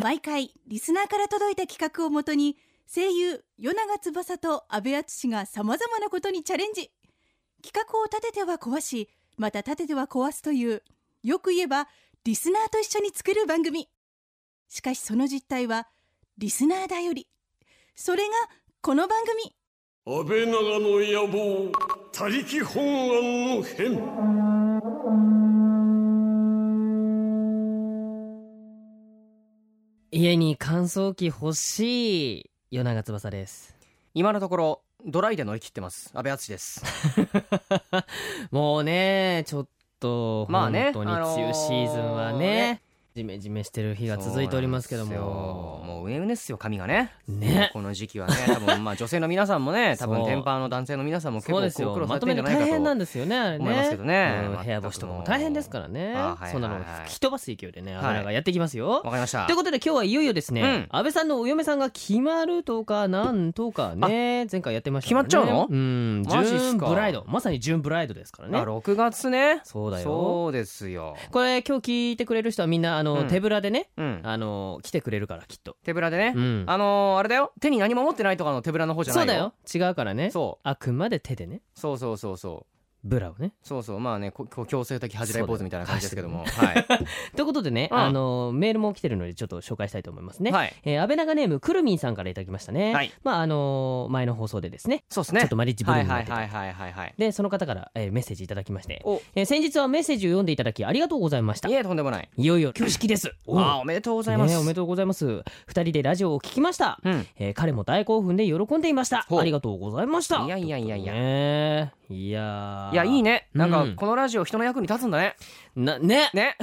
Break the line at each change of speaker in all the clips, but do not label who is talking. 毎回リスナーから届いた企画をもとに声優与永翼と阿部淳がさまざまなことにチャレンジ企画を立てては壊しまた立てては壊すというよく言えばリスナーと一緒に作る番組しかしその実態はリスナーだよりそれがこの番組
安倍長の野望他力本願の変
家に乾燥機欲しい夜長翼です
今のところドライで乗り切ってます安倍敦です
もうねちょっと
まあ
本
ね
当に梅雨シーズンはね,、
あのーね
ジメジメして る日が続いておりますけど
そうなんですよもうう
も
ねうねっすよ髪がね
ね
この時期はね多分まあ女性の皆さんも ね多分
そう
天パーの男性の皆さんも結
そう
構
です
ご
よ
苦労さ
ま
れ
と
てる
め
んじゃ
る
ない
の大
かと
変なんですよねあれね
思いますけどね
うん
全く
部屋干しとかも大変ですからね
あはい
そんなの
はいはい
吹き飛ばす勢いでね油がやってきますよ、
わかりました
ということで今日はいよいよですね、
うん
安倍さんのお嫁さんが決まるとかなんとかね前回やってましたからね
決まっちゃうの
うん
マジっ
準
すか
ブライドまさに準ブライドですからね
あ6月ね
そうだよ
そうですよ
これ今日聞いてくれる人はみんなあ
う
の、
ん
手ぶらでね
うん
あの来てくれるからきっと、
手ぶらでね
うん、
あのーあれだよ手に何も持ってないとかの手ぶらの方じゃな
そう
い
だよ違うからね
そ
あくまで手でね
うそうそうそうそう
ブラをね
そうそうまあねここう強制的恥じらいポーズみたいな感じですけども
ということでね、
うん
あのメールも来てるのでちょっと紹介したいと思います
はい
ね、
はい
えー、安倍長ネームくるみんさんからいただきましたね、
はい
まああの前の放送でですね
そうですね
ちょっとマリッジブルー
は
ム
い
になっ
は
て
い
た
はいはいはいはい
でその方から、えーメッセージいただきまして、
お
えー先日はメッセージを読んでいただきありがとうございました
いえとんでもない
いよいよ挙式ですお
あーおめでとうございます、
ねえおめでとうございます二人でラジオを聞きました、
うん
えー彼も大興奮で喜んでいました
ほう
ありがとうございました
いやいやいやいや
ということでねいやー
いやいいねなんか
うん
このラジオ人の役に立つんだね
なね
ね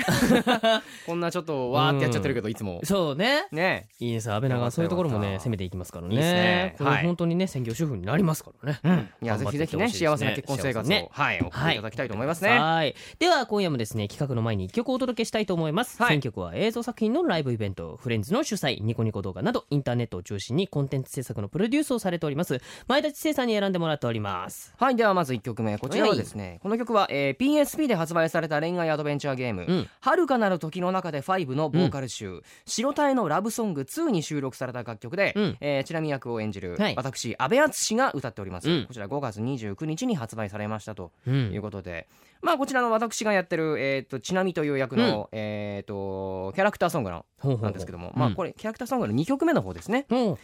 こんなちょっとわーってやっちゃってるけどいつも
そうね
ね
いいです安倍長そういうところも
よか
ね
った
攻めていきますからね
いいっすね
これ
はい
本当にね専業主婦になりますからね、
いやぜひぜひね
頑張っていってほ
幸
しい
せな結婚生
ですね
活を、
幸せね
はい送っていただきたいと思いますね、
はいでは今夜もですね企画の前に一曲お届けしたいと思います、
はい
選曲は映像作品のライブイベントフレンズの主催ニコニコ動画などインターネットを中心にコンテンツ制作のプロデュースをされております前田知世さんに選んでもらっております
はいではまず1曲目こちらはですねこの曲は、えー PSP で発売された恋愛アドベンチャーゲーム
うん
「はる、かなる時の中で5」のボーカル集「白体のラブソング2」に収録された楽曲で、
うん
えーちなみに役を演じる、
はい
私阿部淳が歌っております、
うん
こちら5月29日に発売されましたと
う
というんことで、まあこちらの私がやってる、えー、とちなみという役の、えー、とキャラクターソングの
ほうほうほう
なんですけども、まあ
うん
これキャラクターソングの2曲目の方ですね、
ほう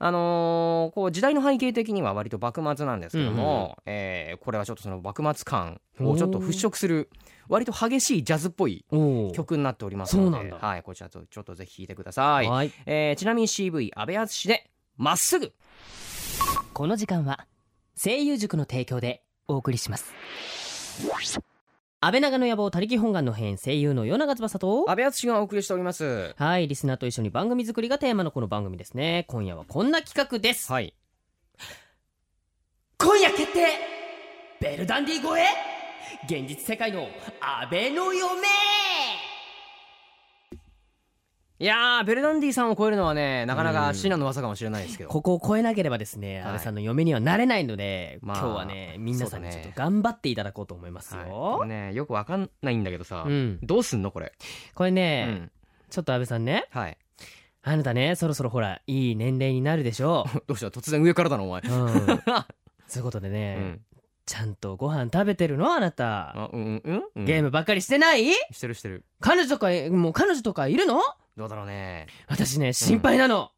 あのーこう時代の背景的には割と幕末なんですけども、えーこれはちょっとその幕末感をちょっと払拭する割と激しいジャズっぽい
おー
曲になっておりますので
そうなんだ
はい、こちらとちょっとぜひ聴いてください、
はい
えーちなみに CV 阿部淳で「まっすぐ
この時間は声優塾の提供でお送りします安倍長の野望他力本願の編声優の与永翼」と
阿部淳がお送りしております
はいリスナーと一緒に番組作りがテーマのこの番組ですね今夜はこんな企画です
はい
今夜決定ベルダンディ超え現実世界の安倍の嫁
いやーベルダンディさんを超えるのはねなかなか至難の技かもしれないですけど
ここを超えなければですね、
はい
安倍さんの嫁にはなれないので、
まあ
今日はね皆さんにち
そう
ょっ
だ
と
ね
頑張っていただこうと思いますよ、
はい、これねよくわかんないんだけどさ、
うん
どうすんのこれ、
これね、
うん
ちょっと安倍さんね
はい
あなたねそろそろほらいい年齢になるでしょ
どうした突然上からだなお前
う、うん、そういうことでね、
うん
ちゃんとご飯食べてるのあなた
あうんうんうん
ゲー
ム
ムばっかりしてない
してるしてる
彼女とかもう彼女とかいるの
どうだろうね
私ね心配なの、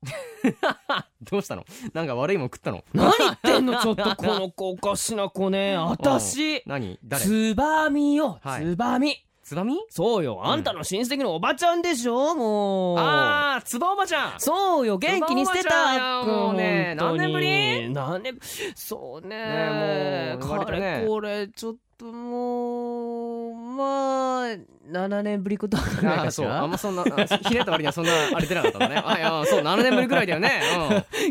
どうしたのなんか悪いもん食ったの
何言ってんの ちょっとこの子おかしな子ね私
何誰
つばみよ
はい
つばみ
つばみ
そうよあんたの親戚のおばちゃんでしょもう
あーつばおばちゃん
そうよ元気にしてた
つばおばちゃんよもうね
本当
何
に
年ぶり
何年そう
ね
ね
えもう割
か
とね
れこれちょっともうまあ7年ぶりことかない
あー
かし
そうあ
ら
んまそんなあひねった割にはそんなあれ出なかったんだ ねはいあーそう7年ぶりくらいだよね、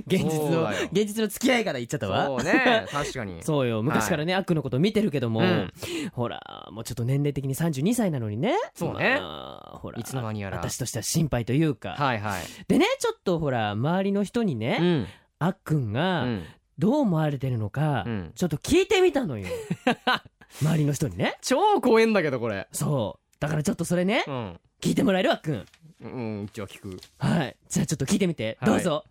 現実
そう
の
だよ
現実の付き合いから言っちゃっ
う
た
ん、
わ
そうね確かに
そうよ昔からね、悪のこと見てるけども、
うん
ほらもうちょっと年齢的に32歳なのにね
そうね
まあほら
いつの間にやら
私としては心配というか、
はいはい
でねちょっとほら周りの人にね、
ん
あっくん
う
が
ん
どう思われてるのか、
うん
ちょっと聞いてみた のよ周りの人にね
超怖えんだけどこれ
そうだからちょっとそれね
うん
聞いてもらえるあっくん
うん一応聞く
はいじゃあちょっと聞いてみて、
はい
どうぞ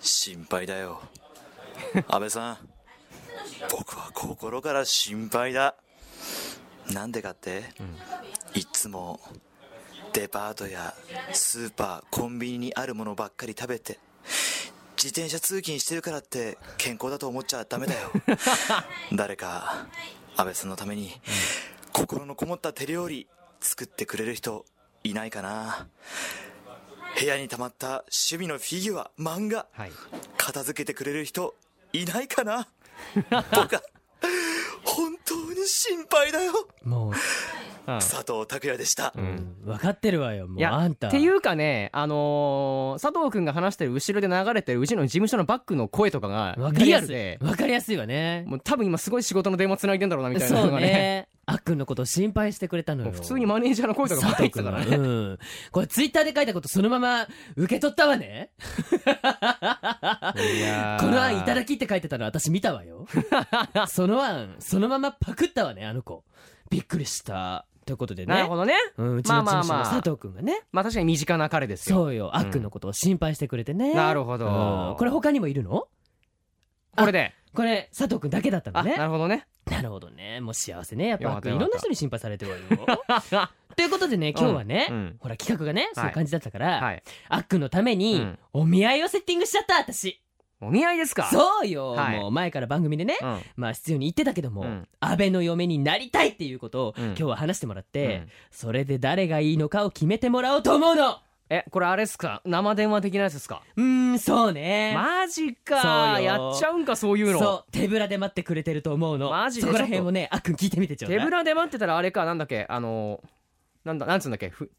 心配だよ安倍さん僕は心から心配だなんでかって、いつもデパートやスーパーコンビニにあるものばっかり食べて自転車通勤してるからって健康だと思っちゃダメだよ誰か安倍さんのために心のこもった手料理作ってくれる人いないかな部屋に溜まった趣味のフィギュア漫画
はい
片付けてくれる人いないか な僕は本当に心配だよ
もう、
うん
佐藤拓也でした、
分かってるわよも
いうや
あんた
っていうかねあのー佐藤君が話してる後ろで流れてるうちの事務所のバックの声とかが
わかり
リ
や
ア
す
ル
い
で
わかりやすいわね
もう多分今すごい仕事の電話つないでんだろうなみたいな
そ
の
う
がね
ねあっくんのこと心配してくれたの
もう
よ
普通にマネージャーの声とかも
佐
入
藤
ってた
君
か
は
らね
うんこれツイッターで書いたことそのまま受け取ったわね
いや
この案いただ
き
きって書いてたの私見た わよその案そのままパクったわねあの子びっくりしたということでね
なるほどね
うん、うちの事務所
まあ
の
まあまあ
佐藤君がね、
まあ確かに身近な彼ですよ
そうよあっくんのことを心配してくれてね、
なるほど
うんこれ他にもいるの
これで
これ佐藤君だけだったの
あ
ね
なるほど ね
なるほどねもう幸せねやっ
よ
ぱ
か
あっ
っ
く
た
んい
よか
ろ
った
んな人に心配されて るわよということでね今日はね、
うん
ほら企画がねそういう感じだったから、
はい
あっくんのために、
うん
お見合いをセッティングしちゃった私
お見合いですか
そうよ、
はい
もう前から番組でね、
うん
まあ必要に言ってたけども、
うん
安倍の嫁になりたいっていうことを
うん
今日は話してもらっ
う
て、
ん
それで誰がいいのかを決めてもらおうと思うの
えこれあれっすか生電話的なやつですか
うーんそうね
マジ
そ
か
うよ
やっちゃうんかそういうの
そう手ぶらで待ってくれてると思うの
マジで
そこら辺もねあっくん聞いてみてちょうだ
手
い
ぶらで待ってたらあれかなんだっけあのなんだなんつうんだっけふ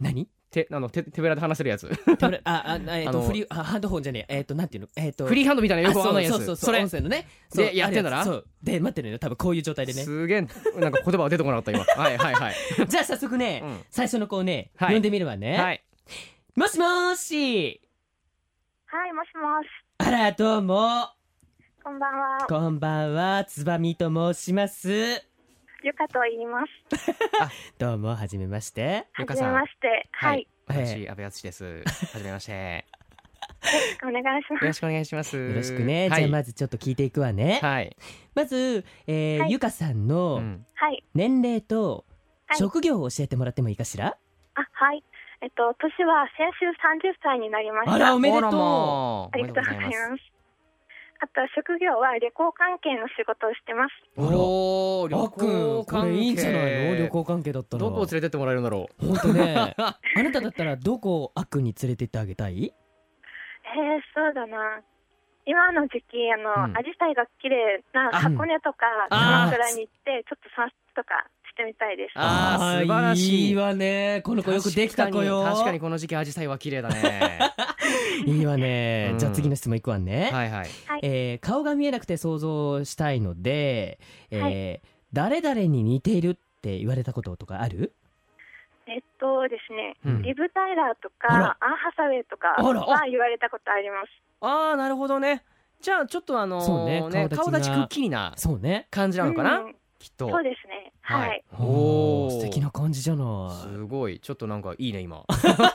何
手あの手手ぶらで話せるやつ
手ぶらああなえっ、
あ
と
の
フリーあハンドホンじゃねええっ、となんていうのえっ、と
フリーハンドみたいなよ
あ
くわかんないや
そう
つ
そうそう
そ
そう
れ
音声のね
で
そう
やってんだな
あるやつそうで待ってるのよ多分こういう状態でね
すげえなんか言葉が出てこなかった今はいはいはい
じゃあ早速ね、
うん
最初の子をね、
はい
呼んでみるわね、
はい
もしもーし
はい、もしもし。
あらどうも
こんばんは。
こんばんはつばみと申します
ゆかと言います。
どうもはじめまして
ゆ
は
か
じめ
さん
まして。はい、
私安部敦ですはじめまして
お願いし
よろ
ます。
しくお願いします
よろしくね、
はい
じゃあまずちょっと聞いていくわね、
はい
まず、えー
はい
ゆかさん
う
の
ん
はい、
年齢と
はい
職業を教えてもらってもいいかしら、
あ、はい。えっと、年は先週三十歳になりました。
あらおめで
あら
とう
も
ありがとうござい
おめ
ま
でとう
す。あと、職業は旅行関係の仕事をしてます。
ございますおお
あ
旅
っくん
行
こ
関
れ
係
いいんじゃないの旅行関係だったら
どこを連れてってもらえるんだ ろう
ほんとねあなただったらどこをあっくんに連れてってあげたい
えー、そうだな。今の時期、あの、
うん
アジサイが綺麗な
あ
箱根とか、
あー
鎌倉に行って、ちょっと散策とかしてみたいです。
あー素晴らしい
いいわねこの子よくできた子よ
確かに確かにこの時期アジサイは綺麗だ ね
いいわね、
うん
じゃあ次の質問いくわね、
はいはい
えー顔が見えなくて想像したいので、えー
は
誰々に似ているって言われたこととかある
えっとですね、
うん
リブ・タイラーと
あ、
からアン・ハサウェイとか
あらあ
は言われたことあります。
ああなるほどねじゃあちょっとあのー
そうね
ね顔
顔立
立
ち
ち
が
くっきりな
そうね
感じなのかな、
うん
きっと
そうですね。
はい
はい。
おー
ー素敵な感じじゃない
すごいちょっとなんかいいね 今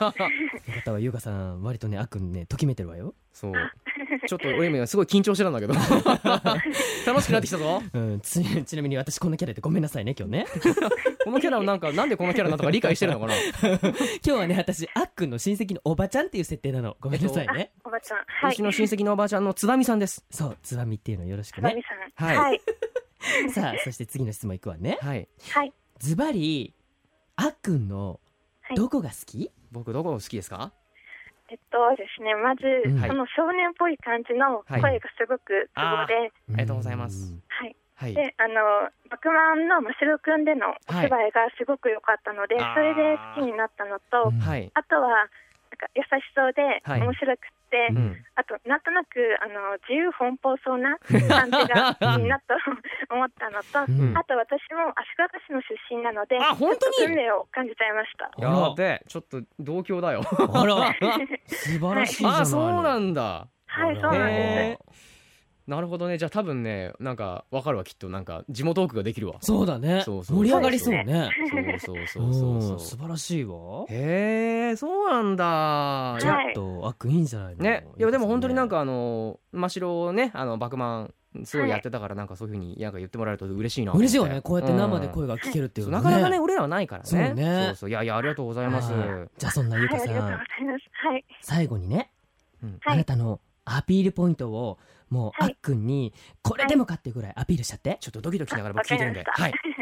よかったわ優香さん割とねあっくんねときめいてるわよ、
そう ちょっと俺今すごい緊張してたんだ けど楽しくなってきたぞ
うん、ち ちなみに私こんなキャラでごめんなさいね今日ね
このキャラをなんかなんでこのキャラなのか理解してるのかな
今日はね私あっくんの親戚のおばちゃんっていう設定なのごめんなさいね、
おばちゃん。はい。
私の親戚のおばあちゃんの津波さんです
そうつばみっていうのよろしく
つば
ね
みさん。
はい
はい。
さあそして次の質問いくわね
はい
はい。
ズバリあっくんの
はい
どこが好き、
僕どこが好きですか
えっとですね、まず、
うん
はい
その少年っぽい感じの
はい
声がすごく都合で、
あ
ありがとうございます
はい。
はい
で、あの、バクマンのマシロくんでのお芝居がすごく良かったので、
はい
それで好きになったのと、
はい
あとは、なんか優しそうで、
はい
面白くって、
う
うん
あと、なんとなく、あの、自由奔放そうな 感じがいいなと思ったのと、
うん
あと私も足利市の出身なので、
あ本当に
ちょっと運命を感じちゃいました。
あ
や
ら
べえちょっと同郷だよ
あら素晴らしいじゃないの
あそうなんだ
はい、
あ
そ
ら
うなん
へ
で
え
なるほどねじゃあ多分ねなんかわかるわきっとなんか地元トークができるわ
そうだね
そうそう
盛り上がりそうね
そうそうそうそう
うん
そ
素
う
晴らしいわ
へえそうなんだい
ちょ
や
はい
っとあっくんいいんじゃないの
ねいやでも本当になん
ね
かあの真っ白をねあのバクマンすごいやってたからなんかそういうふうになんか言ってもらえると嬉しいなと思って
嬉しいよねこうやって生で声が聞けるってい
そうう
の
な
は
かなかね俺らはないからね
そうね
そうそういやいやありがとうございます
はいじゃあそんなゆう
あり
か
がとうござい
さ
ま
ん
す。はい。
最後にね
うん
は
あ
い
なたのアピールポイントをもうあ
は
っ
い
くんにこれでもかっていうぐらいアピールしちゃって
ちょっとドキドキしながら僕聞いてるんで
わか
はい
りまし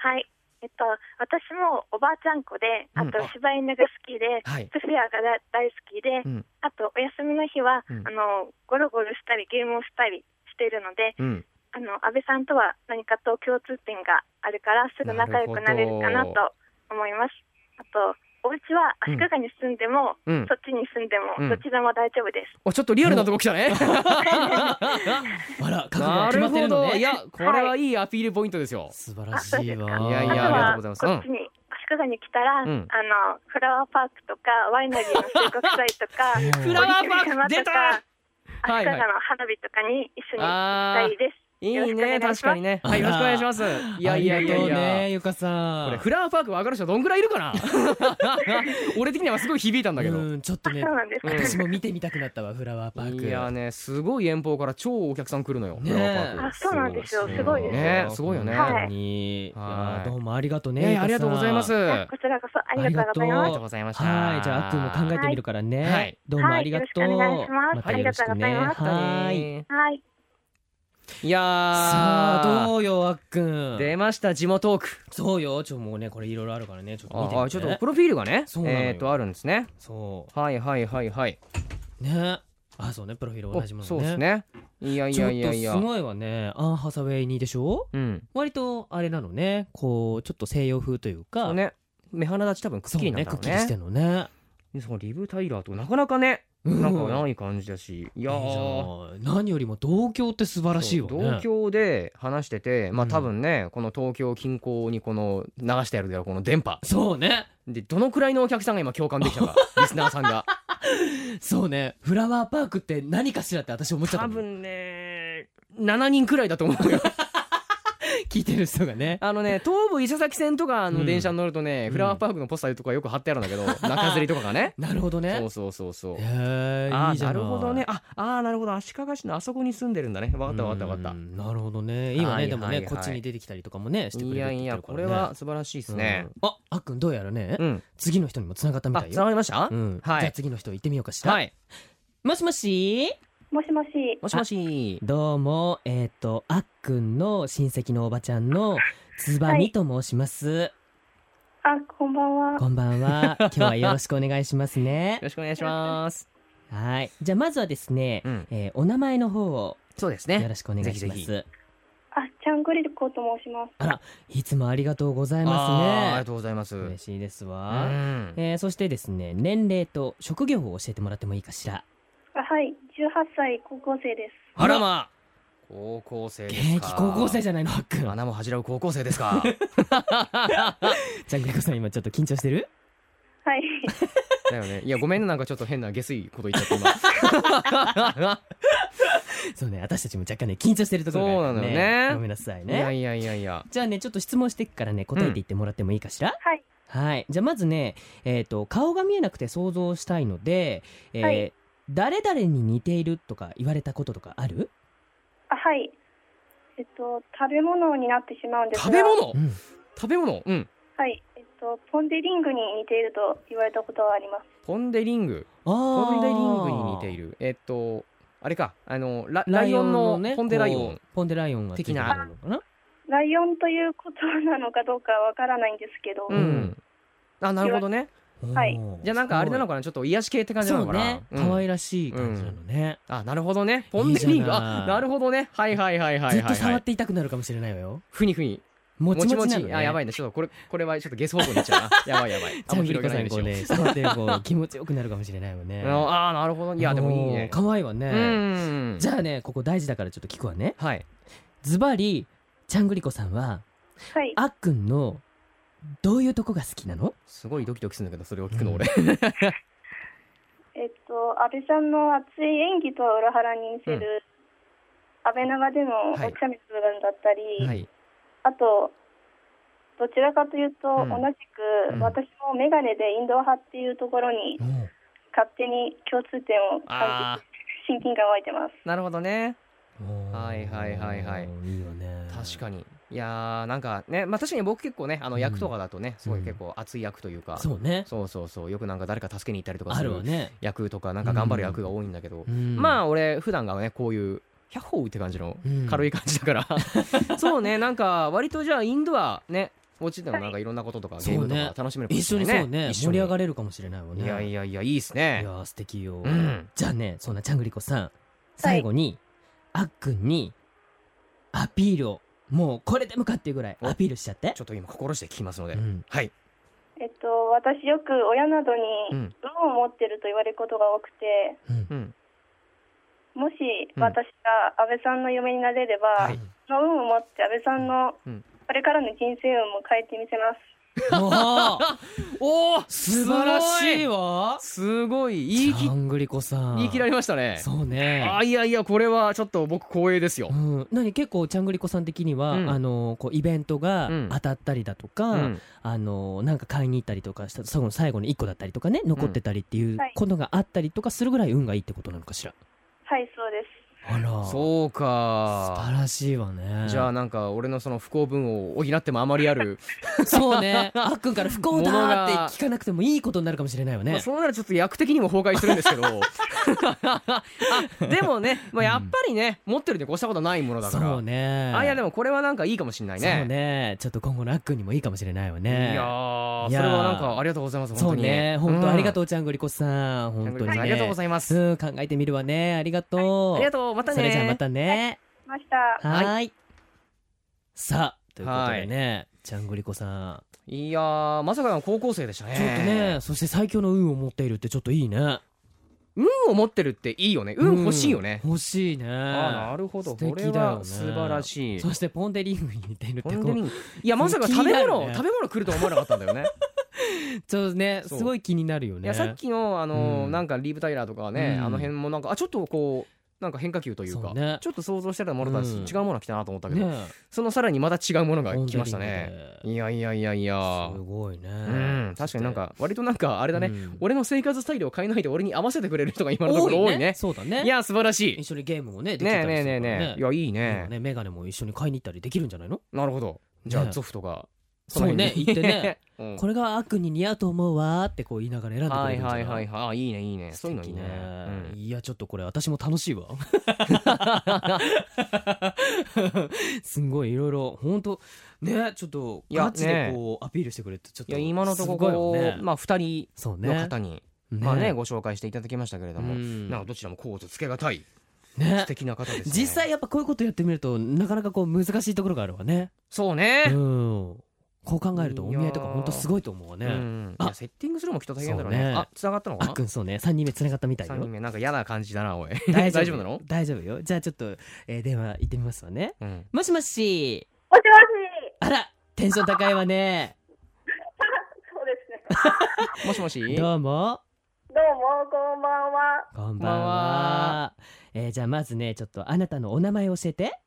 た はい。えっと、私もおばあちゃん子で、あと
うんあ
柴犬が好きで、
はい
プフェアがだ大好きで、
うん
あとお休みの日は、
うん
あのゴロゴロしたりゲームをしたりしてるので、
うん
あの安倍さんとは何かと共通点があるからすぐ仲良くなれるかなと思います。あとお家は足利に住んでも、
うん
そっちに住んでも、
うん
どちらも大丈夫です。
おちょっとリアルなとこ来た ね
あら覚悟が
な
決ま
る
って
ほ
るの
どい
ね
やこれはいいアピールポイントですよ
素晴らしいわ
いやい
あ
やありがとうご
と
ざい
は
ます
こっちに足利に来たら、
うん
あのフラワーパークとかワイナリーの収穫祭とか
フラワーパーク
お肉の山
出
と
た
か
は
足
い
利
はい
の花火とかに一緒
あ
に行きた
ー
いです。
いい
よろしくお願
ね
いしま
確
す
かにねはいよろしくお願いしますいやいやいやい
ありがとうね
や
ゆうか
こ
さ
れ
ん
フラワーパーク分かる人どんぐらいいる かな俺的にはすごい響いたんだけど
うんちょっとね
そうなんですか。
うん
私も見てみたくなったわフラワーパーク
いやねすごい遠方から超お客さん来るのよ、
ねえ
フラワーパーク
あそうなんですよすごいですよ
ねすごいよね
はい
本当にい
はい
やどうもありがとう
い
ね
やい
ゆ
や
かさん
ありがとうございます
あ
あ
こちらこそありがとうござい
あ
ま
りが
す
とう。ございました
はいじゃああっくんも考えてみるからね、
はい
どうもありがとう、
はいよろしくお願いします
たよろしくね
ありがとうござい
は
はいい
はい。
いや
さあ
ー
どうよあっくん
出ました地元トーク
そうよちょもうねこれいろいろあるからねちょっと見てみて
ああちょっとプロフィールがね
そうなのよ
えっとあるんですね
そ
はいはいはいはいう
ねあそうねプロフィール同じものね
そうですねいやいやいやい
ちょっ
や
とすごいわねアン・ハサウェイにでしょ
うん
割とあれなのねこうちょっと西洋風という
そ
か
うね目鼻立ち多分くっ
そ
き
う
りなん
ね
だ
くっ
ろう
きりして
ね
んのね
でそのリブ・タイラーとなかなかね
うん
なんかない感じだしいや
いいじゃ
ー
ない何よりも同郷って素晴らしいわ
そう
ね
同郷で話してて、まあ
うん
多分ね、この東京近郊にこの流してやるであろうこの電波
そうね
でどのくらいのお客さんが今共感できた かリスナーさんが
そうねフラワーパークって何かしらって私思っちゃった
多
もん
分ね7人くらいだと思うよ
聞いてる人がね
あのね東武伊勢崎線とか
う
の
ん
電車に乗るとね、
うん
フラワーパークのポスターとかよく貼ってあるんだけど、 中吊りとかがね
なるほど
そ
ね
うそうそうそう
へー
あ
い
あ
いじゃ
ないるほどねああーなるほど足利市のあそこに住んでるんだねわかったわかったわかった
うんなるほどね今
は
ね
い
でも
は
ね
いはい
こっちに出てきたりとかもねしてく
い
れるっ
や
て
い
言っ
や
てるから
こ
ね
れは素晴らしいですね
うんああっくんどうやらね
うん、
次の人にもつながったみ
あ
たい
つな
よ
がりました、
うんじ
はい
ゃあ次の人行ってみようかしら
はい
もしもし
もしもし。
もしもし
どうもえっとあっくんの親戚のおばちゃん のつばみと申します
あ、こんばんは。
こんば んは今日はよろしくお願いしますね
よろしくお願いします。
はいじゃあまずはですね
うん
えーお名前の方を
そうです
よろ。しくお願いしま
ぜひ
す
あ、チャングリルコと申します。
いつもありがとうござい
あーあり
ま
が
すね
とうございます。
嬉しいです
う
わ
ん
えーそしてですね年齢と職業を教えてもらってもいいかしら
あはい、18歳高校生です。
あらま高校生ですか。
現役高校生じゃないのハック ン
穴も恥じらう高校生ですか。
ジャングリコさん今ちょっと緊張してる
はい。
だよね。いやごめんねなんかちょっと変な下水こと言っちゃって今。
そうね私たちも若干ね緊張してるところがあるか
そ
ら
うなのよね
ごめんなさい
いや
ね
いやいやいや。
じゃあねちょっと質問してくからね答えていってもらってもいいかしら、
はい。
はいじゃあまずねえっ、と顔が見えなくて想像したいので、えー
はい
誰々に似ているとか言われたこととかある、
あ、はい。えっと、食べ物になってしまうんです
食
が。
べ物
うん、
食べ物うん。
はい。えっと、ポンデリングに似ていると言われたことはあります。
ポンデリング。
あー
ポンデリングに似ている。えっとあれかあのララ
ラ
イ
イ
オ
オ
ン
ンの
の
ね
ポンデライオ
こ
ン
う。ポンデライオンがついて
的
る
な
のかな
ライオンということなのかどうかわからないんですけど、
う
うん
ん。あなるほどね。
はい
おー
じゃあなんかあれなのかなちょっと癒し系って感じな
そ
の
う
かな。
ね
うん
可愛らしい感じなのね、
あなるほどねポンデリン
いいじ
グ
ゃない
あなるほどねはいはいはいはい
ずっ
は
と
いは
触っ
い
ていたくなるかもしれないわよ
ふにふに
も
も
ち
ち
も
も
ちな
ち
のね
あやばいねちょっとこれこれはちょっとゲス方向にいっちゃうなやばいやばい
じゃあみりこさんこう
う
ね 触ってこう気持ちよくなるかもしれないわね
ああなるほどいやでもいい
おー
ね
可愛いわ
う
ね
ん
じ
ゃ
ゃあねここ大事だからちょっと聞くわね
はい
ズバリちゃんぐりこさんは
はい。
あっくんのどういうとこが好きなの
すごいドキドキするんだけどそれを聞くの俺
えっと、安倍さんの熱い演技とは裏腹に見せる、安倍長でのお
はい
茶水分だったり、
はい
あとどちらかというと
うん
同じく、
うん
私もメガネでインドア派っていうところに勝手に共通点を感
あ
じ親近感湧いてます
ーなるほどね
はい
はいはいはい
いいよね
確かにいやーなんかねまあ確かに僕結構ねあの
うん
役とかだとね、すご
う
い
ん
結構熱い役というか、
そうね
そうそうそうよくなんか誰か助けに行ったりとか
あ
す
るわ
る
ね
役とかなんか頑張る役が多いんだけど、ま
まあ
あ俺普段がねこういう百歩って感じの
うん
軽い感じだから、 そうねなんか割とじゃあインドアねお家でもなんかいろんなこととか
そ
ゲ
うね
ームとか楽しめるかも
一
し
緒
れ
に
ない
そうね盛り上がれるかもしれないわね
いやい
や
やいやいいです
い
ね
や素敵よ
うん
じゃあねそんなチャングリコさん最後にあっくんにアピールをもうこれでもかっていうぐらいアピールしちゃって
ちょっと今心して聞きますので、
うん
はい
えっと私よく親などに
ん
ローンを持ってると言われることが多くて
うん
うん
もし
うん
私が安倍さんの嫁になれれば、
はい
その運を持って安倍さんの
うん
これからの人生運も変えてみせます
お
お
お
お
素晴らしいわ
すごい言い
チ
切
ャングリコさん
言い切られましたね
そうね
あいやいやこれはちょっと僕光栄ですよ
う、ん、何結構ちゃんぐりこさん的には、
うん
あのこうイベントが
うん
当たったりだとか、
うん
あのなんか買いに行ったりとかした最後の最後の1個だったりとかね残ってたりっていう
はい
ことがあったりとかするぐらい運がいいってことなのかしら、
はいそうです
あら素
そうか
晴らしいわね
じゃあなんか俺のその不幸分を補ってもあまりある、
そう ねあっくんから不幸だ
もの
ー
が
って聞かなくてもいいことになるかもしれないわ
ま
ね
あ、そうならちょっと役的にも崩壊するんですけど あでもね、まあ、やっぱりね、持ってるに越したことないものだから
そうね
あいやで
も
もこれはなんかいいかもしれないね
そうねちょっと今後のあっくんにもいいかもしれないわね
いやー
いや
そ
ー
れはなんかありがとうございます本
そう
当に
ね本当ありがと
う
うちゃんぐりこさん
ん
本当にね
ありがとうございます、
うん、考えてみるわね。ありがとう。
ありがとうまたね
それじゃあまたね。
ました
はーい。
は
さあ、ということでね、ちゃんぐりこさ
いやーまさかの高校生でした
ん。
ね
ちょっとね、そして最強の運を持っているってちょっといいね。
運を持ってるっていいよね運欲しいよね、
欲しいね。
あーなるほど
素敵だよね
これは素晴らしい
そしてポンデリングに似てるって
ほん
ことう。
にいやまさか食べ
気にな
物、
るね
食べ物来るとは思わなかったんだよ ね
ちょっとね、す
そう
ごい気になるよね。
いやさっきのあのー
うん
なんかリーブ・タイラーとかはね、
うん
あの辺もなんかあちょっとこうなんか変化球という
そ
か
うね
ちょっと想像してたものだし、
うん
違うものが来たなと思ったけど、
ね、
そのさらにまた違うものが
ポン
来
デリン
ま
グ
したね
で。
いやいやいやいや
すごいね。
うん確かになんか割となんかあれだね、
うん
俺の生活スタイルを変えないで俺に合わせてくれる人が今のとこ
多
ろ多いね
いね。そうだね。
いや素晴らしい
一緒にゲームもね、でき
ね
たり
えねえ
するから
ねえねえいやいい
ね
ね
ねメガネも一緒に買いに行ったりできるんじゃないの
なるほどじゃあ、
ねえ
ゾフとか
そうね
の辺に
行ってね、
うん
これが悪に似合うと思うわーってこう言いながら選んでく
は
れ
い
るんじゃな
はいいはいはいあいいねいいねそういうのいいね
素敵
うん
いやちょっとこれ私も楽し いわすんごいいろいろほんとねちょっと
いや
ガチでこうアピールしてくれてちょっ
い
と
や今のとこ
す
ろ、
ごいよね
まあ2人
そうね
の方に、まあねご紹介していただきましたけれども、
うん
なんかどちらもこうとつけがたい
ね
素敵な方ですね
実際やっぱこういうことやってみるとなかなかこう難しいところがあるわね
そう
うん
ね、
こう考えるとお見合いとかほんとすごいと思うわ
う
ね
ん
あ
いやセッティングするのもきっと大変だろうね
そうね
あ繋がったのか
あっ
な
くんそうね3人目つながったみたいよ
3人目 なんか嫌な感じだなおい なの
大丈夫よじゃあちょっと、えー電話行ってみますわね
うん
もし
も
もし
しもし
あらテンション高いわね
そうです ね
もしもし
ど
どう
うも
もこんばんは
こん
ば
ばん
ん
は
は
えーじゃあまずねちょっとあなたのお名前教えて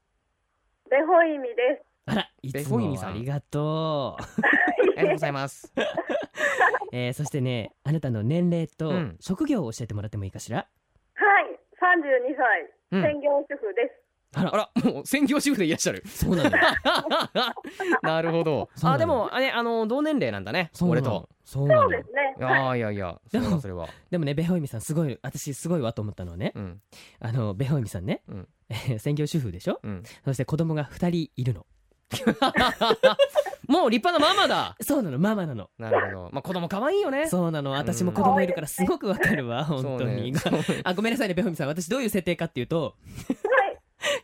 ベホイミです
あらいつ
ベホイミ
も
さん
ありがとう、
ありがとうございます
えーそしてねあなたの年齢と
うん
職業を教えてもらってもいいかしら、
はい32歳
うん
専業主婦です、
あらもう専業主婦でいらっしゃる
そうなのよ
なるほど
そうなの
あでもあれあの同年齢なんだね
そうな
俺
の
と
そうなの
そうですね
いやいやいや
でも
そうだそれは
でもねベホイミさんすごい私すごいわと思ったのはね
うん
あのベホイミさんね、
うん
えー専業主婦でしょ
うん
そして子供が2人いるの
もう立派なママだ
そうなのママなの
なるほどまあ子供可愛いよね
そうなの私も子供いるからすごくわかるわ本当に、
そう ね
あごめんなさいねベホミさん私どういう設定かっていうと
はい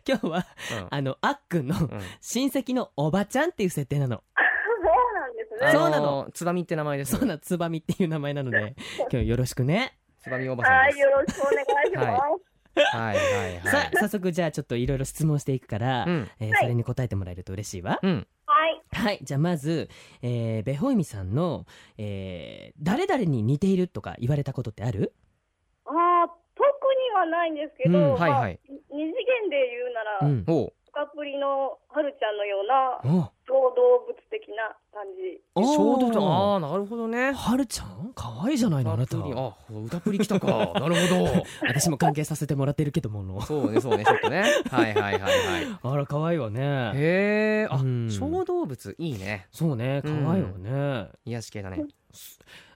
今日は
うん
あのあっくんの
うん
親戚のおばちゃんっていう設定なの
そうなんですね
あ
そうなの
つばみって名前です
そうなつばみっていう名前なので今日よろしくね、
つばみおばさん
は
で
い、
す
よろしくお願いします。
はいはいはい
さあ早速じゃあちょっといろいろ質問していくから、
うん
えー
はい
それに答えてもらえると嬉しいわ
うん
はい、
はいじゃあまず、えー、ベホイミさんの、えー誰々に似ているとか言われたことってある
ああー、特には
ないんですけど、
うん
はいはい
まあ、二次元で言うなら、
うん
おう
深プリのはるちゃんのような
あ
小動物的な感じ。
衝動とあ
あ
あーなるほどね
ーはるちゃん可愛いじゃないのあなた
歌プリあ歌プリ来た かなるほ
私も関係させてもらってるけどもの
どそうねそうねちょっとねはいはいはいはい
あら可愛いわ ね
へえあ
うん
小動物いいね
そうね可愛いわね、
癒し系だね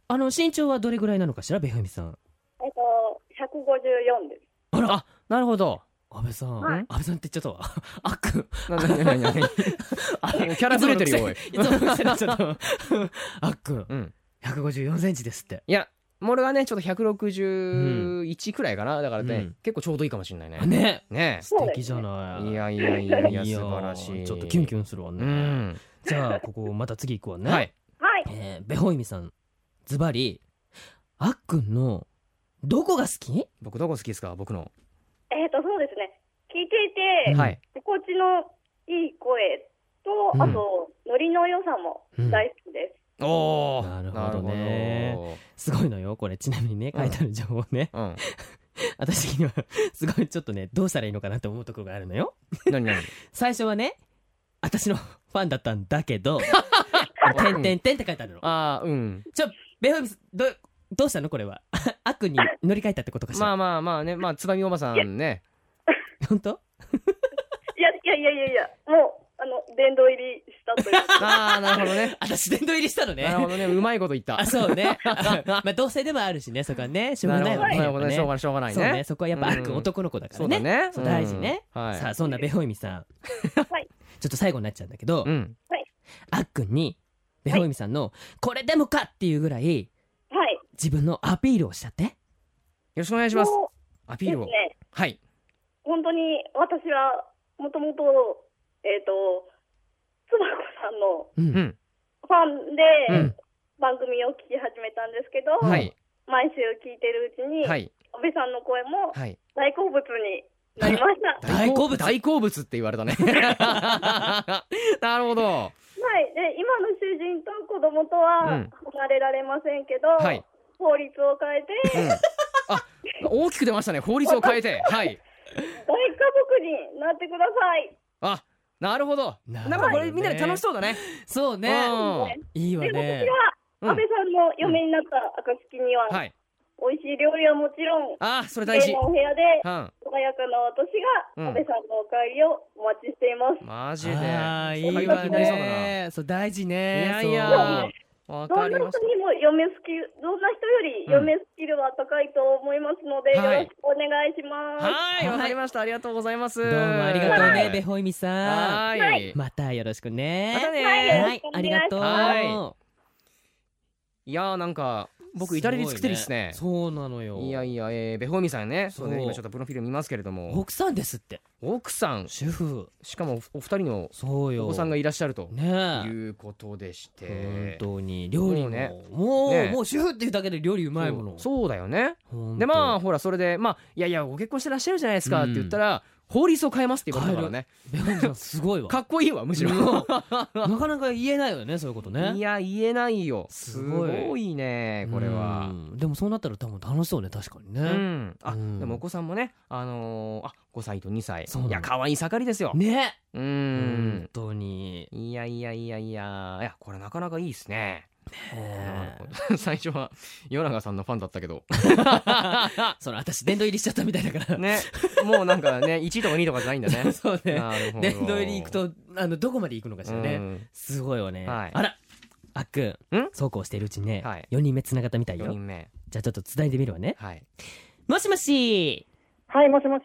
あの身長はどれぐらいなのかしらべふみさん
えっと、154です。
あら
なるほど
安倍さん、
はい
安倍さんって言っちゃ ったわあっくん
なななななキャラずれて るよおい
いつもの癖になっちゃった あっくん
うん
154センチですって
いや俺はねちょっと161くらいかなだからね、
うん
結構ちょうどいいかもしれないね
ね
ね
素敵じゃない
いやいやいやい
い
や
や
素晴らしい
ちょっとキュンキ
ュン
ュンするわね、
うん
じゃあここまた次行くわね、
はい
はい。
えー、ベホイミさんズバリあっくんのどこが好き
僕どこ好きですか僕の、
えっと、そうですね。聞いてい
うん
て、
はい
心地のいい声と、
うん
あと、ノリの良さも大好きです。
おお
なるほどねすごいのよこれちなみにね書いてある情報ね、
うん
私的には すごいちょっとねどうしたらいいのかなって思うところがあるのよ
何何
最初はね私の ファンだったんだ けど「
あ
てんてんてん」って書いてあるの
あーうん
ちょベホイミさんどどうしたのこれは あっくんに乗り換えたってことかしら、
まあまあまあねまあつばみおばさんね
本当
いやいやいやいやいや、もう、あの、殿堂入りしたという。
ああなるほどね
私殿堂入りしたのね
なるほどねうまいこと言った
あそうね まあ同性でもあるしねそこはねしょうがないわね
なるほどねしょう
やっ
がないしょうが
ぱ
な
ね
い
そう
ね
ねそこはやっぱあっ
う
く
んん
男の子だか
そ
ら
うだ
ね
ね
そう大事ね
うんはい
さあそんなベホイミさん
はい。
ちょっと最後になっちゃうんだけど、
うん
あっくんにベホイミさんのこれでもかっていうぐらい
はい。
自分のアピールをしちゃって
よろしくお願いします
も
ア
う
ピールを
ですね。
はい
本当に私は、もともと、えっ、と、つばこさんの
うん
うん
ファン
う
で
ん
番組を聞き始めたんですけど、
はい
毎週聞いてるうちに、
はい
安倍さんの声も
はい
大好物になりました。
大好物
大好物って言われたね なるほど
はい、で今の主人と子供と
う
は
ん
離れられませんけど、
はい
法律を変
う
えて
んあ大きく出ましたね法律を変えてはい
大家族になってください。
あなるほど
な
な
るほどね
んかこれみんなで楽しそうだね
そう
う
ね
ん
いいわ
で
ね
私は
うん
安倍さんの嫁になった暁には、
はい
美味しい料理はもちろん、
あそれ大
芸
事
のお部屋で
うん
穏やかな私
うん
が安倍さんのお帰りをお待ちしています。
マジで
ああい
そんない感
わ
じになりそうだな
ねそう大事
い
ね
や
そう
いやわ
ど
か
ん
り
な
ま
人
す
にも嫁スキル、どんな人より嫁スキルは高いと思いますので、
はい
よろしくお願いします。
はいわかりましたありがとうございます
どうもありがとう
は
ね
い
ベホイミさん
は
はい
またよろしくね
また
はい
ね
はいありがとう
はいいやーなんか僕至れり尽くせりですね
そうなのよ
いやいや、えー、ベホミさんね
そう
そうね今ちょっとプロフィール見ますけれども
奥さんですって
奥さん
主婦
しかもおお二人の
そうよ
お子さんがいらっしゃるとい
ね
うことでし
え
て
本当に料
も
理も
うね
もう
ねえ
もう主婦っていうだけで料理うまいもの
そうそうだよね
う
でまあほらそれでまあいやいやご結婚してらっしゃるじゃないですかって言ったら、法律を変えますって言われたからね
ベホイミさんすごいわ
かっこいいわむしろ、
うんなかなか言えないよねそういうこと ね
いや言えないよ
す
す
ご
ご
い
いねこれは
うんでもそうなったら多分楽しそうね確かに
うん、
ね
あ、
うん
でもお子さんもねあのーあ5歳と2歳
そうなの
いや可愛い盛りですよ、
ね
うん、
本当に
いやいやいやいやいやこれなかなかいいですね
ね え
最初は与永さんのファンだったけ ど
その私殿堂入りしちゃったみたいだから
ねもうなんかね1位とか2位とかじゃないんだね
そうね
なるほど
殿堂入り行くとあのどこまで行くのかしらね
うん
すごいわね、
はい
あらあっくん
ん
そうこうしているうちにね、
はい
4人目つながったみたい
4
よ
人目
じゃあちょっと伝えてみるわね
はい
もしもし
はい、もしもし。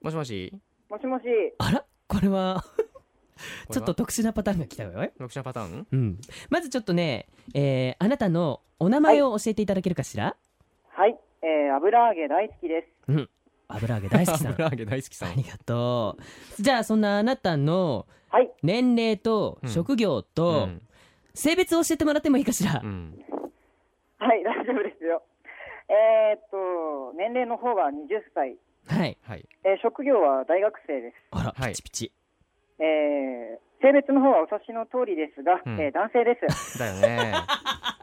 もしもし
もしもし。
あらこれはちょっと
と
特殊なパターンが来たわよ、
読者パターン
うん、まずちょっとね、えー、あなたのお名前を教えていただけるかしら、
はい、えー、油揚げ大好きです。
油揚げ大 好きさん
油揚げ大好きさ
あ
ん
りがとうじゃあそんなあなたの
はい
年齢と
うん
職業と
うん
性別を教えてもらってもいいかしら、
うん
はい、大丈夫ですよ。えー、っと、年齢の方が20歳。
はい
はい
えー、職業は大学生です。
あら、
はい
ピチピチ
えー、性別の方はお察しの通りですが、
うん
えー男性です。
だよね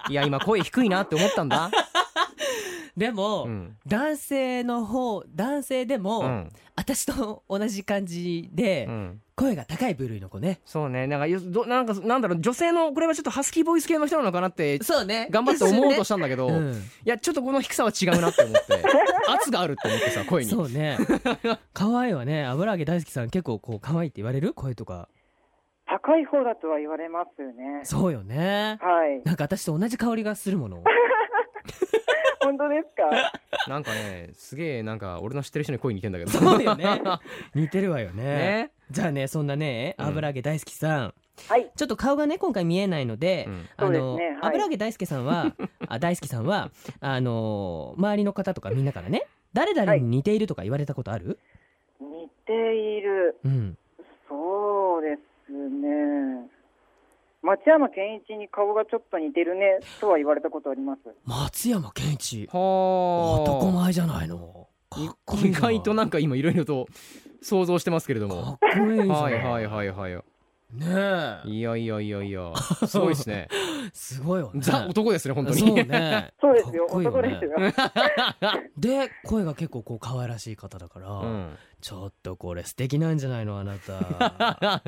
いや今声低いなって思ったんだ
でも、
うん
男性の方男性でも、
うん
私と同じ感じで、
うん
声が高い部類の子ね
そうねなんかよどなんかなんだろう女性のこれはちょっとハスキーボイス系の人なのかなって
そうね
頑張って思おうとしたんだけど、
う
い
ん
やちょっとこの低さは違うなって思って 圧があるって思ってさ声に
そ うね可愛いわね油揚げ大好きさん結構こう可愛いって言われる声とか
高い方だとは言われますよね。
そうよね
はい。
なんか私と同じ香りがする もの
本当ですか。
なんかねすげえなんか俺の知ってる人に声似てんだけど
そうよね似てるわよ ね
ね
じゃあねそんなね
うん
油揚げ大好きさん、
はい。
ちょっと顔がね今回見えないので、
うん
あ
そう
の、
ですねはい
油揚げ大輔さ んはあ大輔さんはあの周りの方とかみんなからね誰々に似ているとか言われたことある、
似ている。
うん
そうですね。松山ケンイチに顔がちょっと似てるねとは言われたことあります。
松山健一
はあ
男前じゃないのかっこいい
意外となんんか今いろいろと想像してますけれど
か
も
っこいいじゃん
はいはいはいはい
ね
いやいやいやい やすごいですね
えすごいよね
ザ男ですね本当に
そうね
そうですよ。
かっこいいよ
男
ね
ですよ。
で声が結構こう可愛らしい方だから、
うん
ちょっとこれ素敵なんじゃないのあなた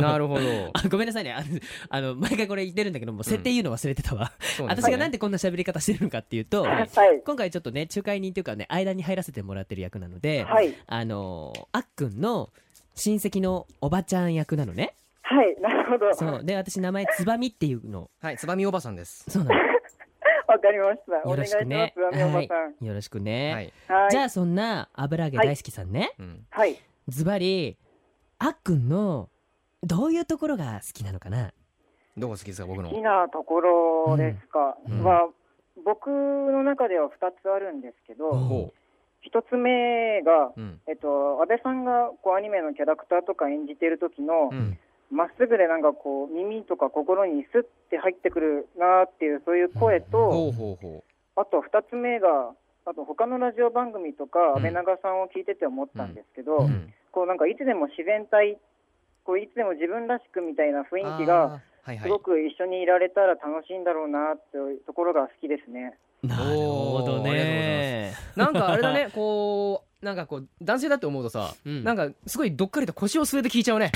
なるほど
あごめんなさいねあのあの毎回これ言ってるんだけども設定言うの忘れてたわ、
そうです
私
ね
がなんでこんな喋り方してるのかっていうと、
はい。
今回ちょっとね仲介人というかね間に入らせてもらってる役なので、
はい。
あのーあっくんの親戚のおばちゃん役なのね
はい。なるほど。
そうで私名前つばみっていうの
はいつばみおばさんです
そうなの
わかりました。お願
よろ
い
し
しま
く
す。
ね
ラミおばさ
はいよろしくね、
はい
ん。はい。
じゃあそんな油揚げ大好きさんね、
うん
はい。
ズバリあっくんのどういうところが好きなのかな
どこ好きですか僕
好き
の
なところですか、
うんうん
は僕の中では2つあるんですけ
うん
ど、
ほ
1つ目が、
ううん
えっと、安倍さんがこうアニメのキャラクターとか演じてる時の
う、
ん
ん
まっすぐでなんかこう、耳とか心にスッて入ってくるなーっていう、そういう声と、
ほうほうほ
あと2つ目が、あと他のラジオ番組とか、
ん
安倍長さんを聞いてて思ったんですけど、
う
う
うん
こうなんかいつでも自然体、こういつでも自分らしくみたいな雰囲気が。
あーはいは
す
い
ごく一緒にいられたら楽しいんだろうなっていうところが好きですね。
なるほどね
なんかあれだねこうなんかこう男性だって思うとさ
うん
なんかすごいどっかりと腰を据えて聞いちゃう ね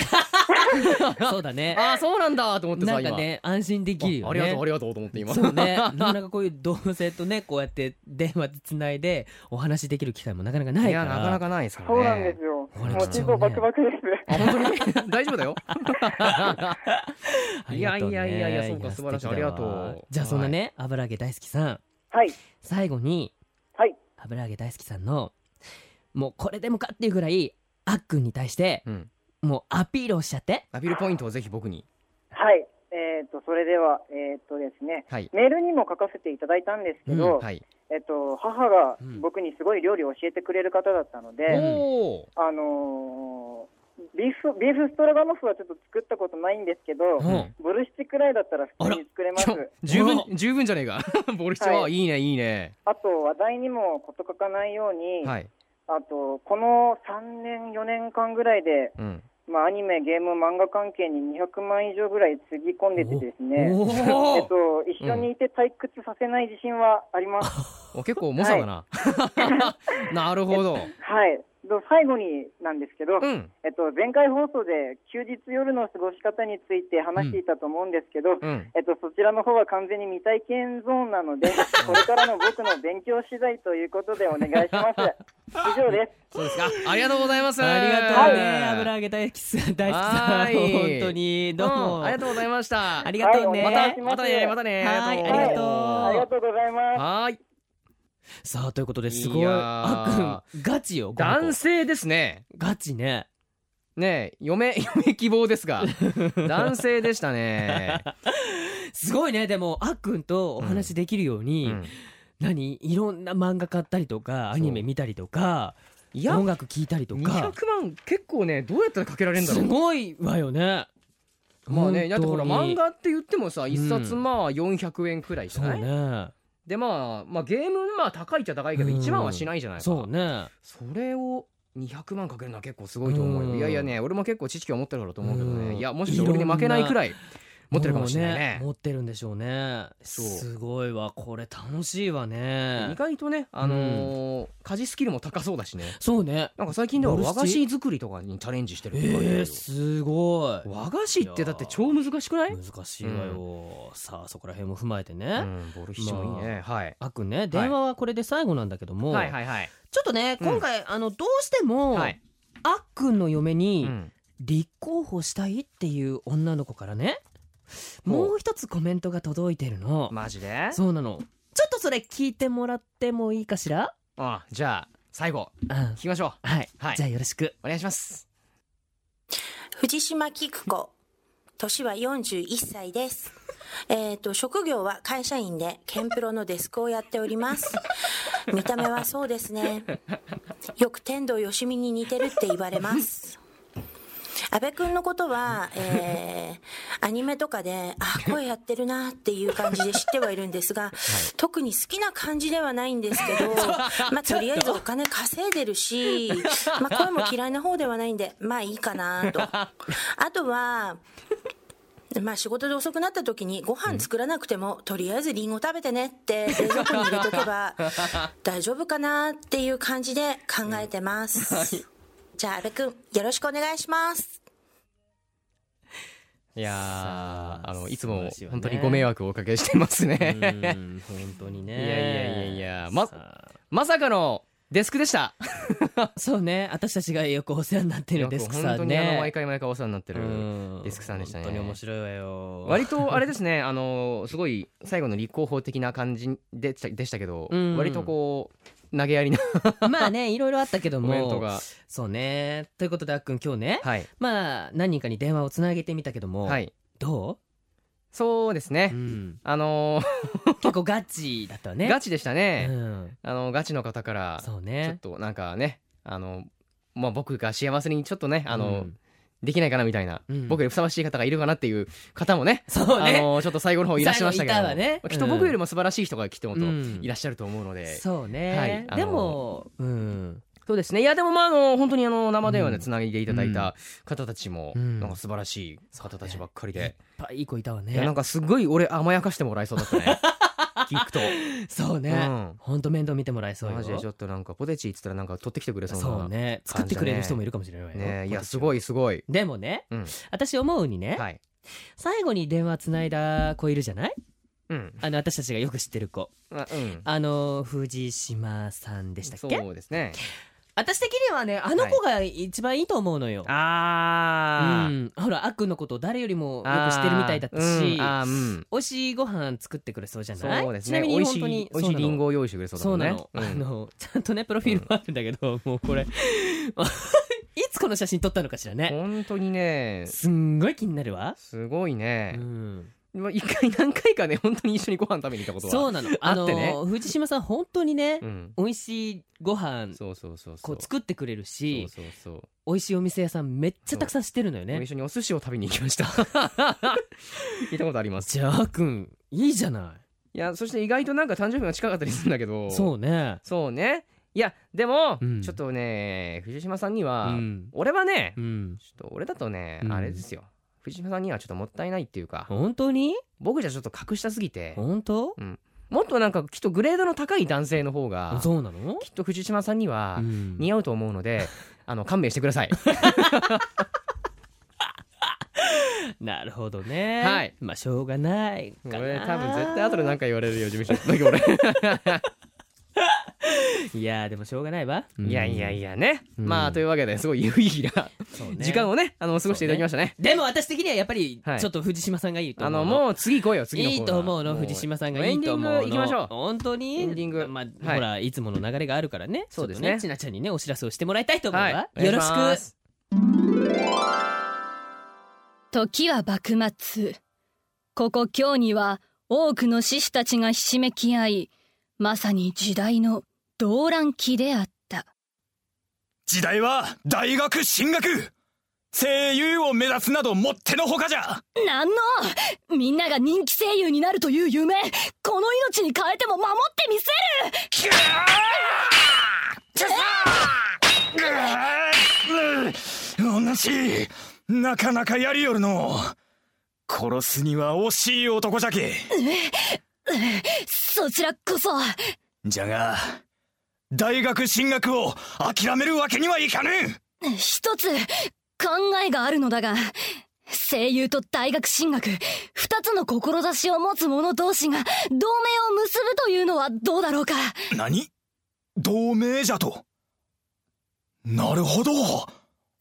そうだね
ああそうなんだと思って
な
さ
んか
今
ね安心できる
あ
よ
ありがとうあ
ね
りがとうと思って今
そうね、なかなかこういう同性とねこうやって電話つないでお話しできる機会もなかなかないい
や
から
なかなかないですからね
そうなんですよ。
これ
もう
貴
心
重
臓
ね
バクバクです。
あ本当に 大丈夫 だよ
ありがとね
いやいやいやそうか
や
素晴らしい
素敵だわ
ありがとう
じゃあそんなね、油揚げ大好きさん
はい。
最後に
はい。
油揚げ大好きさんのもうこれでもかっていうぐらいあっくんに対して
うん
もうアピールをしちゃって
アピールポイントをぜひ僕に
はい。えっ、と、それでは、えっ、とですね、
はい
メールにも書かせていただいたんですけど、
はい
えっ、と、母が
うん
僕にすごい料理を教えてくれる方だったので、
おお
あのービーフ、ビーフストロガノフはちょっと作ったことないんですけど、
うん
ボルシチくらいだったら普通に作れます。
十分
お
十分じゃねえか ボルシチ
は
はいいいねいいね
あと、話題にもこと書かないように、
はい
あと、この3年、4年間ぐらいで、
うん
まあ、アニメ、ゲーム、漫画関係に200万以上ぐらいつぎ込んでてですね、
おー
え
お
っと、一緒にいて退屈させない自信はあります。
お結構重さだな なるほど
はい。と最後になんですけど、
うん
えっと、前回放送で休日夜の過ごし方について話していたと思うんですけど、
うん
えっと、そちらの方は完全に未体験ゾーンなの で、これからの僕の勉強次第ということでお願いします。以上です。
そうですかありがとうございます
ありがとうね油揚げ大好きさん大好きさ
は
ん
い
本当にどうも、
んありがとうございました
ありがとうね、
ま
はいお願い
た
し
またねまたね
はい
どう
あ
も
り
ありが
がとう
とうございます。
はーい
さあということですご
い
い
やー
あっくんガチよこの子
男性ですね
ガチね
ねえ嫁 嫁希望ですが男性でしたね、
すごいねでもあっくんとお話できるよ うに、
うん
何いろんな漫画買ったりとかアニメ見たりとか
いや
音楽聴いたりとか
200万結構ねどうやったらかけられるんだろ
す
う
ごいわよね
まあねだってほら
本当
漫
に
画って言ってもさ一冊
うん
まあ400円くらいじ
そ
ゃ
う
ない、
ね
でまあまあゲームまあ高いっちゃ高いけど
うん
1万はしないじゃないか、
そうね
それを200万かけるのは結構すごいと思うよ、
うん
いやいやね俺も結構知識を持ってるからと思うけどね、
うん
いやもしかして俺に負けないくらい持ってるかもしれないね
持ってるんでしょうね
そう
すごいわこれ楽しいわね
意外とね、あのー家事スキルも高そうだしね
そうね
なんか最近では
ボルシ
和
チ
菓子作りとかにチャレンジしてるって言われてる
え
よ
ー、すごい
和菓子ってだって超難しくない、
難しいわよ、さあそこら辺も踏まえてね、
うん、ボルシチもいいね、はい
あくんね電話はこれで最後なんだけども、
はいはいはい
ちょっとね
うん
今回、あのどうしても、
はい、
あっくんの嫁
う
に
ん
立候補したいっていう女の子からね、
ほう
もう一つコメントが届いてるの、
マジで
そうなのちょっとそれ聞いてもらってもいいかしら
あじゃあ最後
うん
聞きましょう
はい、
はい
じゃあよろしく
お願いします
藤島菊子。年は41歳です。えっ、と、職業は会社員で、ケンプロのデスクをやっております。見た目はそうですね。よく天童よしみに似てるって言われます。安部くんのことは、えーアニメとかで、あ、声やってるなっていう感じで知ってはいるんですが、特に好きな感じではないんですけど、まあ、とりあえずお金稼いでるし、まあ、声も嫌いな方ではないんで、まあいいかなと。あとは、まあ仕事で遅くなった時にご飯作らなくても、とりあえずリンゴ食べてねって冷蔵庫に入れとけば大丈夫かなっていう感じで考えてます。じゃあ安部くん、よろしくお願いします。
いやー
さあ
あのいつも
素晴らしいわね
本当にご迷惑をおかけしてますね、
本当にね
いやいやいやいやま
ま
まさかのデスクでした
そうね私たちがよくお世話になってるデスク
本
さ
当
ん
にあの
ね
毎回毎回お世話になってる、
うん
デスクさんでしたね
本当に面白いわよ
割とあれですねあのすごい最後の立候補的な感じでしたでしたけど、
うん
割とこう投げやりな
まあねいろいろあったけど
コ
も
メントが
そうねということであっくん今日ね
はい
まあ何人かに電話をつなげてみたけども、
はい
ど
そうです
う、
ね、
ん、
あの
結構ガチだったわね
ガチでしたね、
うん、
あのガチの方からち
そう
ょっ
ね
となんかねあのまあ僕が幸せにちょっとねあの、
うん
できないかなみたいな、
うん
僕よりふさわしい方がいるかなっていう方もね
そう
あ
ね
のちょっと最後の方いらっしゃいましたけど
最後いたわね
きっと僕よりも素晴らしい人がきっともと
うん
いらっしゃると思うので、
そうね、
はい
でも、うん、
そうですね。いやでもまああの本当にあの生電話
う
で
ん
つなげていただいた方たちも、
うん
なんか素晴らしい方たちばっかりで、
いっぱいいい子いたわ
いやなん
ね
かすごい俺甘やかしてもらえそうだった ね。聞くと、
そうね、
うん
ほんと面倒見てもらえそうよ
マジでちょっとなんかポテチっつったらなんか取ってきてくれそうな。
そうね作ってくれる人もいるかもしれないわよ
ねいやす
い
ごいすごい。
でもね
うん
私思うにね、
はい。
最後に電話つないだ子いるじゃない
うん。
あの私たちがよく知ってる子
あうん。
あの藤島さんでしたっけ
そうですね。
私的にはねあの子が一番いいと思うのよ、
あ
う
ー
ん、ほらあっくんのことを誰よりもよく知ってるみたいだったし、
あーうん
美味しいご飯作ってくれそうじゃ
あーう
ない
ん。そうです
ちな
ね。
み
美
に
味し
本当
い
に
美味しいリンゴを用意してくれそうだ
そ
も
うんな
ね。う
の,、
ん
あのちゃんとねプロフィールもあるんだけど、もうこれいつこの写真撮ったのかしらね
本当にね。
すんごい気になるわ、
すごいね
う。ん、
まあ、一回何回かね本当に一緒にご飯食べに行ったことは
そう
う、
なの
あ
あ
っ
の
てね
藤島さん本当にね、
ん、
美味しいご飯
そうそうそうそ
こ
う
う作ってくれるし
そうそうそう、
美味しいお店屋さんめっちゃたくさん知ってるのよね
一緒にお寿司を食べに行きました 行ったことあります
じゃああっくんいいじゃない
いやそして意外となんか誕生日が近かったりするんだけど
そううね。
そうねいやでも、
うん
ちょっとね藤島さんに
う
は、
ん。
俺はね、
うん。
ちょっと俺だとね、
うん
あれですよ藤島さんにはちょっともったいないっていうか、
本当に？
僕じゃちょっと格下すぎて、
本当？
もっとなんかきっとグレードの高い男性の方が
そうなの？
きっと藤島さんには、
うん
似合うと思うの で、あの勘弁してください。
なるほどね。
はい。
まあしょうがないかな。
俺多分絶対後で何か言われるよ事務所の時俺。
いやーでもしょうがないわ。
いやいやい
や。
やね。
うん
まあというわけですごい有意義な
そうね
時間をねあの過ごしていただきましたね。
でも私的にはやっぱり
はい
ちょっと藤島さんがいいと
あ
思
の
う。
もう次行こうよ次のコー
い
ナー
いと思うの
も
藤島さんがいいと思うの
エンディング行きましょう
本当に
エンディング
まあ、
はい
ほらいつもの流れがあるからね
そうですね
ちょっとちなちゃんにねお知らせをしてもらいたいと思うわ、
はい
よろし
お願いしま
く
す
時は幕末ここ京には多くの志士たちがひしめき合いまさに時代の動乱期であった
時代は大学進学声優を目指すなどもってのほかじゃ
なんのみんなが人気声優になるという夢この命に変えても守ってみせる
うっうっおなしなかなかやりよるの殺すには惜しい男じゃき
そちらこそ
じゃが大学進学を諦めるわけにはいかぬ
一つ考えがあるのだが声優と大学進学二つの志を持つ者同士が同盟を結ぶというのはどうだろうか
何同盟じゃとなるほど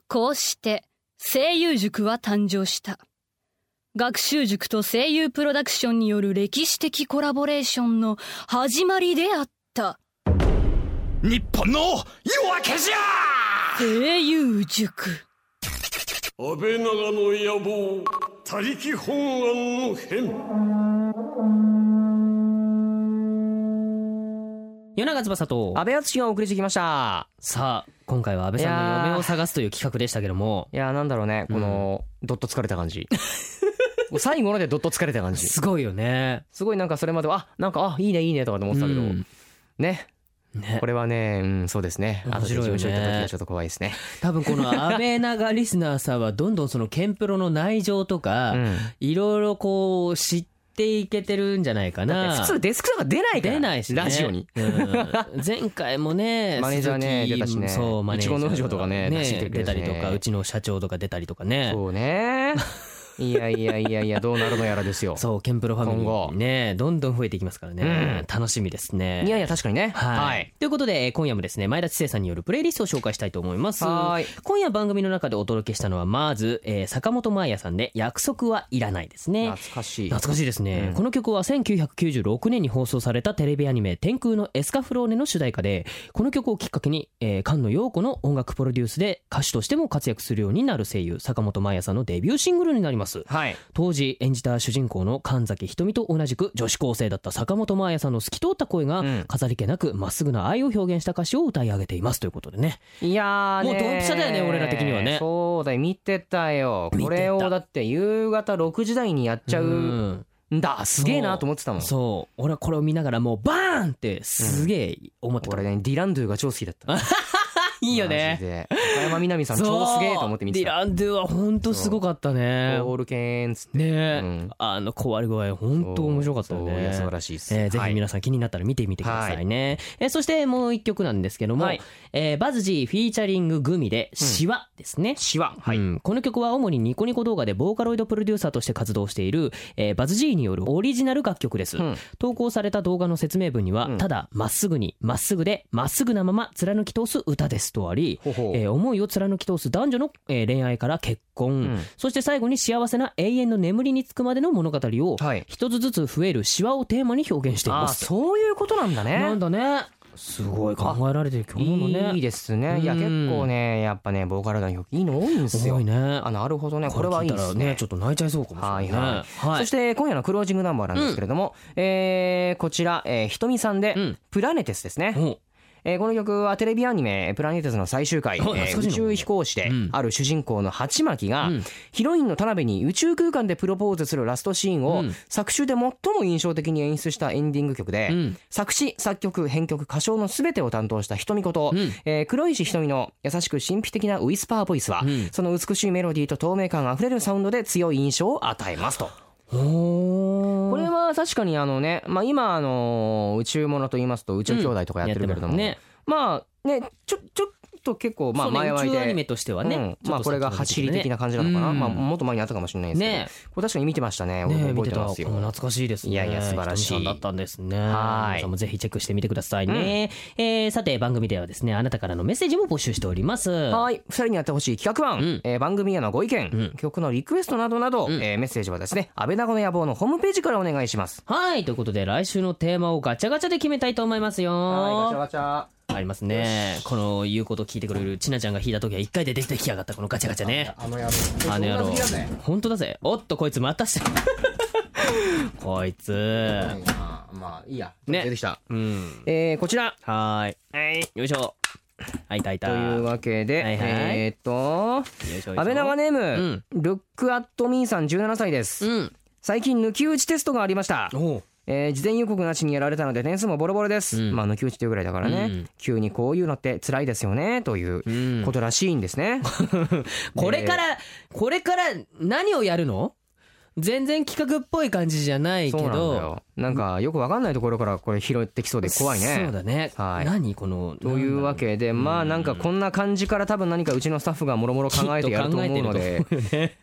こうして声優塾は誕生した学習塾と声優プロダクションによる歴史的コラボレーションの始まりであった
日本の夜明けじゃ
声優塾
安倍長の野望他力本願の変
夜長翼と
安倍敦がお送りしてきました
さあ今回は安倍さんの嫁を探すという企画でしたけども
いやーなんだろうねこの、どっと疲れた感 じ最後までどっと疲れた感じ
すごいよね
すごいなんかそれまではあなんかあいいねいいねとかと思ってたけど、
うん
ね
ね
これはね、うん、そうですね。あとで事務所行った時はちょっと怖いですね。
多分こ の安倍長リスナーさんはどんどんそのケンプロの内情とか
うん
いろいろこう知っていけてるんじゃないか
だって
な
普通デスクとか出ないから
出ないしね
ラジオに。
うん前回もね
マネージャーね
鈴木
出たしね
そうマネージャー
いちご農場とかね出してくれたしね
出たりとかうちの社長とか出たりとかね
そう ね。いやいやいやいや、どうなるのやらですよ。
そうケンプロファミリ
今
ー
後
ねどんどん増えていきますからね楽しみですね
いやいや、確かにね。
はい、。ということでえー今夜もですね前田知世さんによるプレイリストを紹介したいと思います
はい
今夜番組の中でお届けしたのはまず、えー坂本真綾さんで「約束はいらない」ですね
懐かしい。
懐かしいですね、
うん
この曲は1996年に放送されたテレビアニメ「天空のエスカフローネ」の主題歌でこの曲をきっかけに、えー、菅野陽子の音楽プロデュースで歌手としても活躍するようになる声優坂本真綾さんのデビューシングルになります
はい。
当時演じた主人公の神崎瞳と同じく女子高生だった坂本真綾さんの透き通った声が、
うん
飾り気なくまっすぐな愛を表現した歌詞を歌い上げていますということでね
いやーね
もうドンピシャだよね俺ら的にはね
そうだよ、見てたよ。
見て
こ
た
れをだって夕方6時台にやっちゃうんだ。すげえなと思ってたもん。
そう俺はこれを見ながらもうバーンってすげえ思ってた、
俺ね、ディランドゥが超好きだった。
いいよ
マジ
ね
で。高山みなみさん超すげえと思って見て
ディ
た。
ランドゥは本当すごかったね
オールケーンっつって。
ねえ、
うん
あの壊れ具合本当面白かったよ
そうい
ね
や素晴らしいです。
えーぜ
は
ひ
い
皆さん気になったら見てみてくださいね、えーそしてもう一曲なんですけども、
はい
えーバズ G フィーチャリンググミで「シワ」ですね、
シワ。は
う。んこの曲は主にニコニコ動画でボーカロイドプロデューサーとして活動している、えーバズ G によるオリジナル楽曲です、
うん
投稿された動画の説明文には、
うん
ただまっすぐにまっすぐでまっすぐなまま貫き通す歌ですとあり
ほうほう
えー思いを貫き通す男女の、えー恋愛から結婚、
ん
そして最後に幸せな永遠の眠りにつくまでの物語を
はい
一つずつ増えるシワをテーマに表現してい
あ
ま
ー
す
そういうことなんだね。
なんだねすごい考えられてる曲なのね
いいですね。いや
うん
結構ねやっぱねボーカルの曲いいの多いんです
多
よ
い。ね
あなるほどねこれはいいです
これ聞たら
ね
ちょ。っと泣いちゃいそうかもしれな
はいい
ね
はい、
はい
そして今夜のクロージングナンバーなんですけれども、えーこちら、えー、ひとみさんで、
うん
プラネテスですね、
お
えーこの曲はテレビアニメ「プラネテス」の最終回、え
お懐かしい
ー
な
宇宙飛行士で
うん
ある主人公のハチマキが、
うん
ヒロインの田辺に宇宙空間でプロポーズするラストシーンを、
うん
作中で最も印象的に演出したエンディング曲で、
うん
作詞作曲編曲歌唱の全てを担当したひとみこと、
うん
えー黒石ひとみの優しく神秘的なウィスパーボイスは、
うん
その美しいメロディーと透明感あふれるサウンドで強い印象を与えますと。
お
これは確かにあのね、まあ、今あの宇宙ものと言いますと宇宙兄弟とかやってるけれども、
うんやってる
まあねちょちょっと結構まあ前割
宇
り
宙アニ
で
メ。としてはね、
うん
ちょ
ま
っ
あ
と
これが走り的な感じなのかな、
うん
まあ、もっと前にあったかもしれないですけど、
ね
これ確かに見てましたね
ね
俺
え見
覚え
て
て
た
ます
こ
よ、
も懐かしいですね
いやいや素晴らしい
ひとみさんだったんですね
はい
皆さんもぜひチェックしてみてくださいね、えーさて番組ではですねあなたからのメッセージも募集しておりますは
はい2人にやってほしい企画案、
うん
えー番組へのご意見、
うん
曲のリクエストなどなど、
うん
えーメッセージはですね安倍長の野望のホームページからお願いします
いということで来週のテーマをガチャガチャで決めたいと思いますよ
ガチャ
ありますねこの言うこと聞いてくれるちなちゃんが引いた時は一回で出てきやがったこのガチャガチャね
あの野郎
あの野郎本当だぜおっとこいつまたして こいつ
まあまあいいや
ね
出てきた、
うん
えーこちら
はーい
はい
よいしょあいたいた
というわけで、
はいはい
えーっと
よいしょよいしょ
安倍長ネーム、ルックアットミーさん17歳です、
うん
最近抜き打ちテストがありました、
おう
えー事前予告なしにやられたので点数もボロボロです、
うん
まあ抜き打ちというぐらいだからね、
うん
急にこういうのって辛いですよねという
うん
ことらしいんですね、
これから、これから何をやるの
全然企画っぽい感じじゃないけ
そうなんだ
ど
よなんかよくわかんないところからこれ拾ってきそうで怖いね
そうだね、
はい
何この
というわけでまあなんかこんな感じから多分何かうちのスタッフがもろもろ考えてやると思うので
きっと考えてると思うよね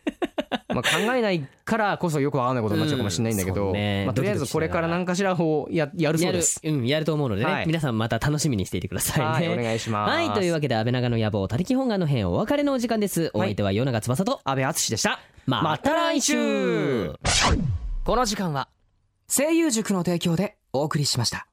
まあ考えないからこそよくわかんないことになっちゃうかもしれないんだけ
うんそ
ど
うね
まあとりあえずこれから何かしらをややるそう
や
で
る
す
うんやると思うのでね、
はい
皆さんまた楽しみにしていてくださいね
はいお願いします
はいというわけで安倍長の野望他力本願の編お別れのお時間ですお相手は与永翼と
安倍敦でした
ま
ま
た
た
来
来
週
週この時間は声優塾の提供でお送りしました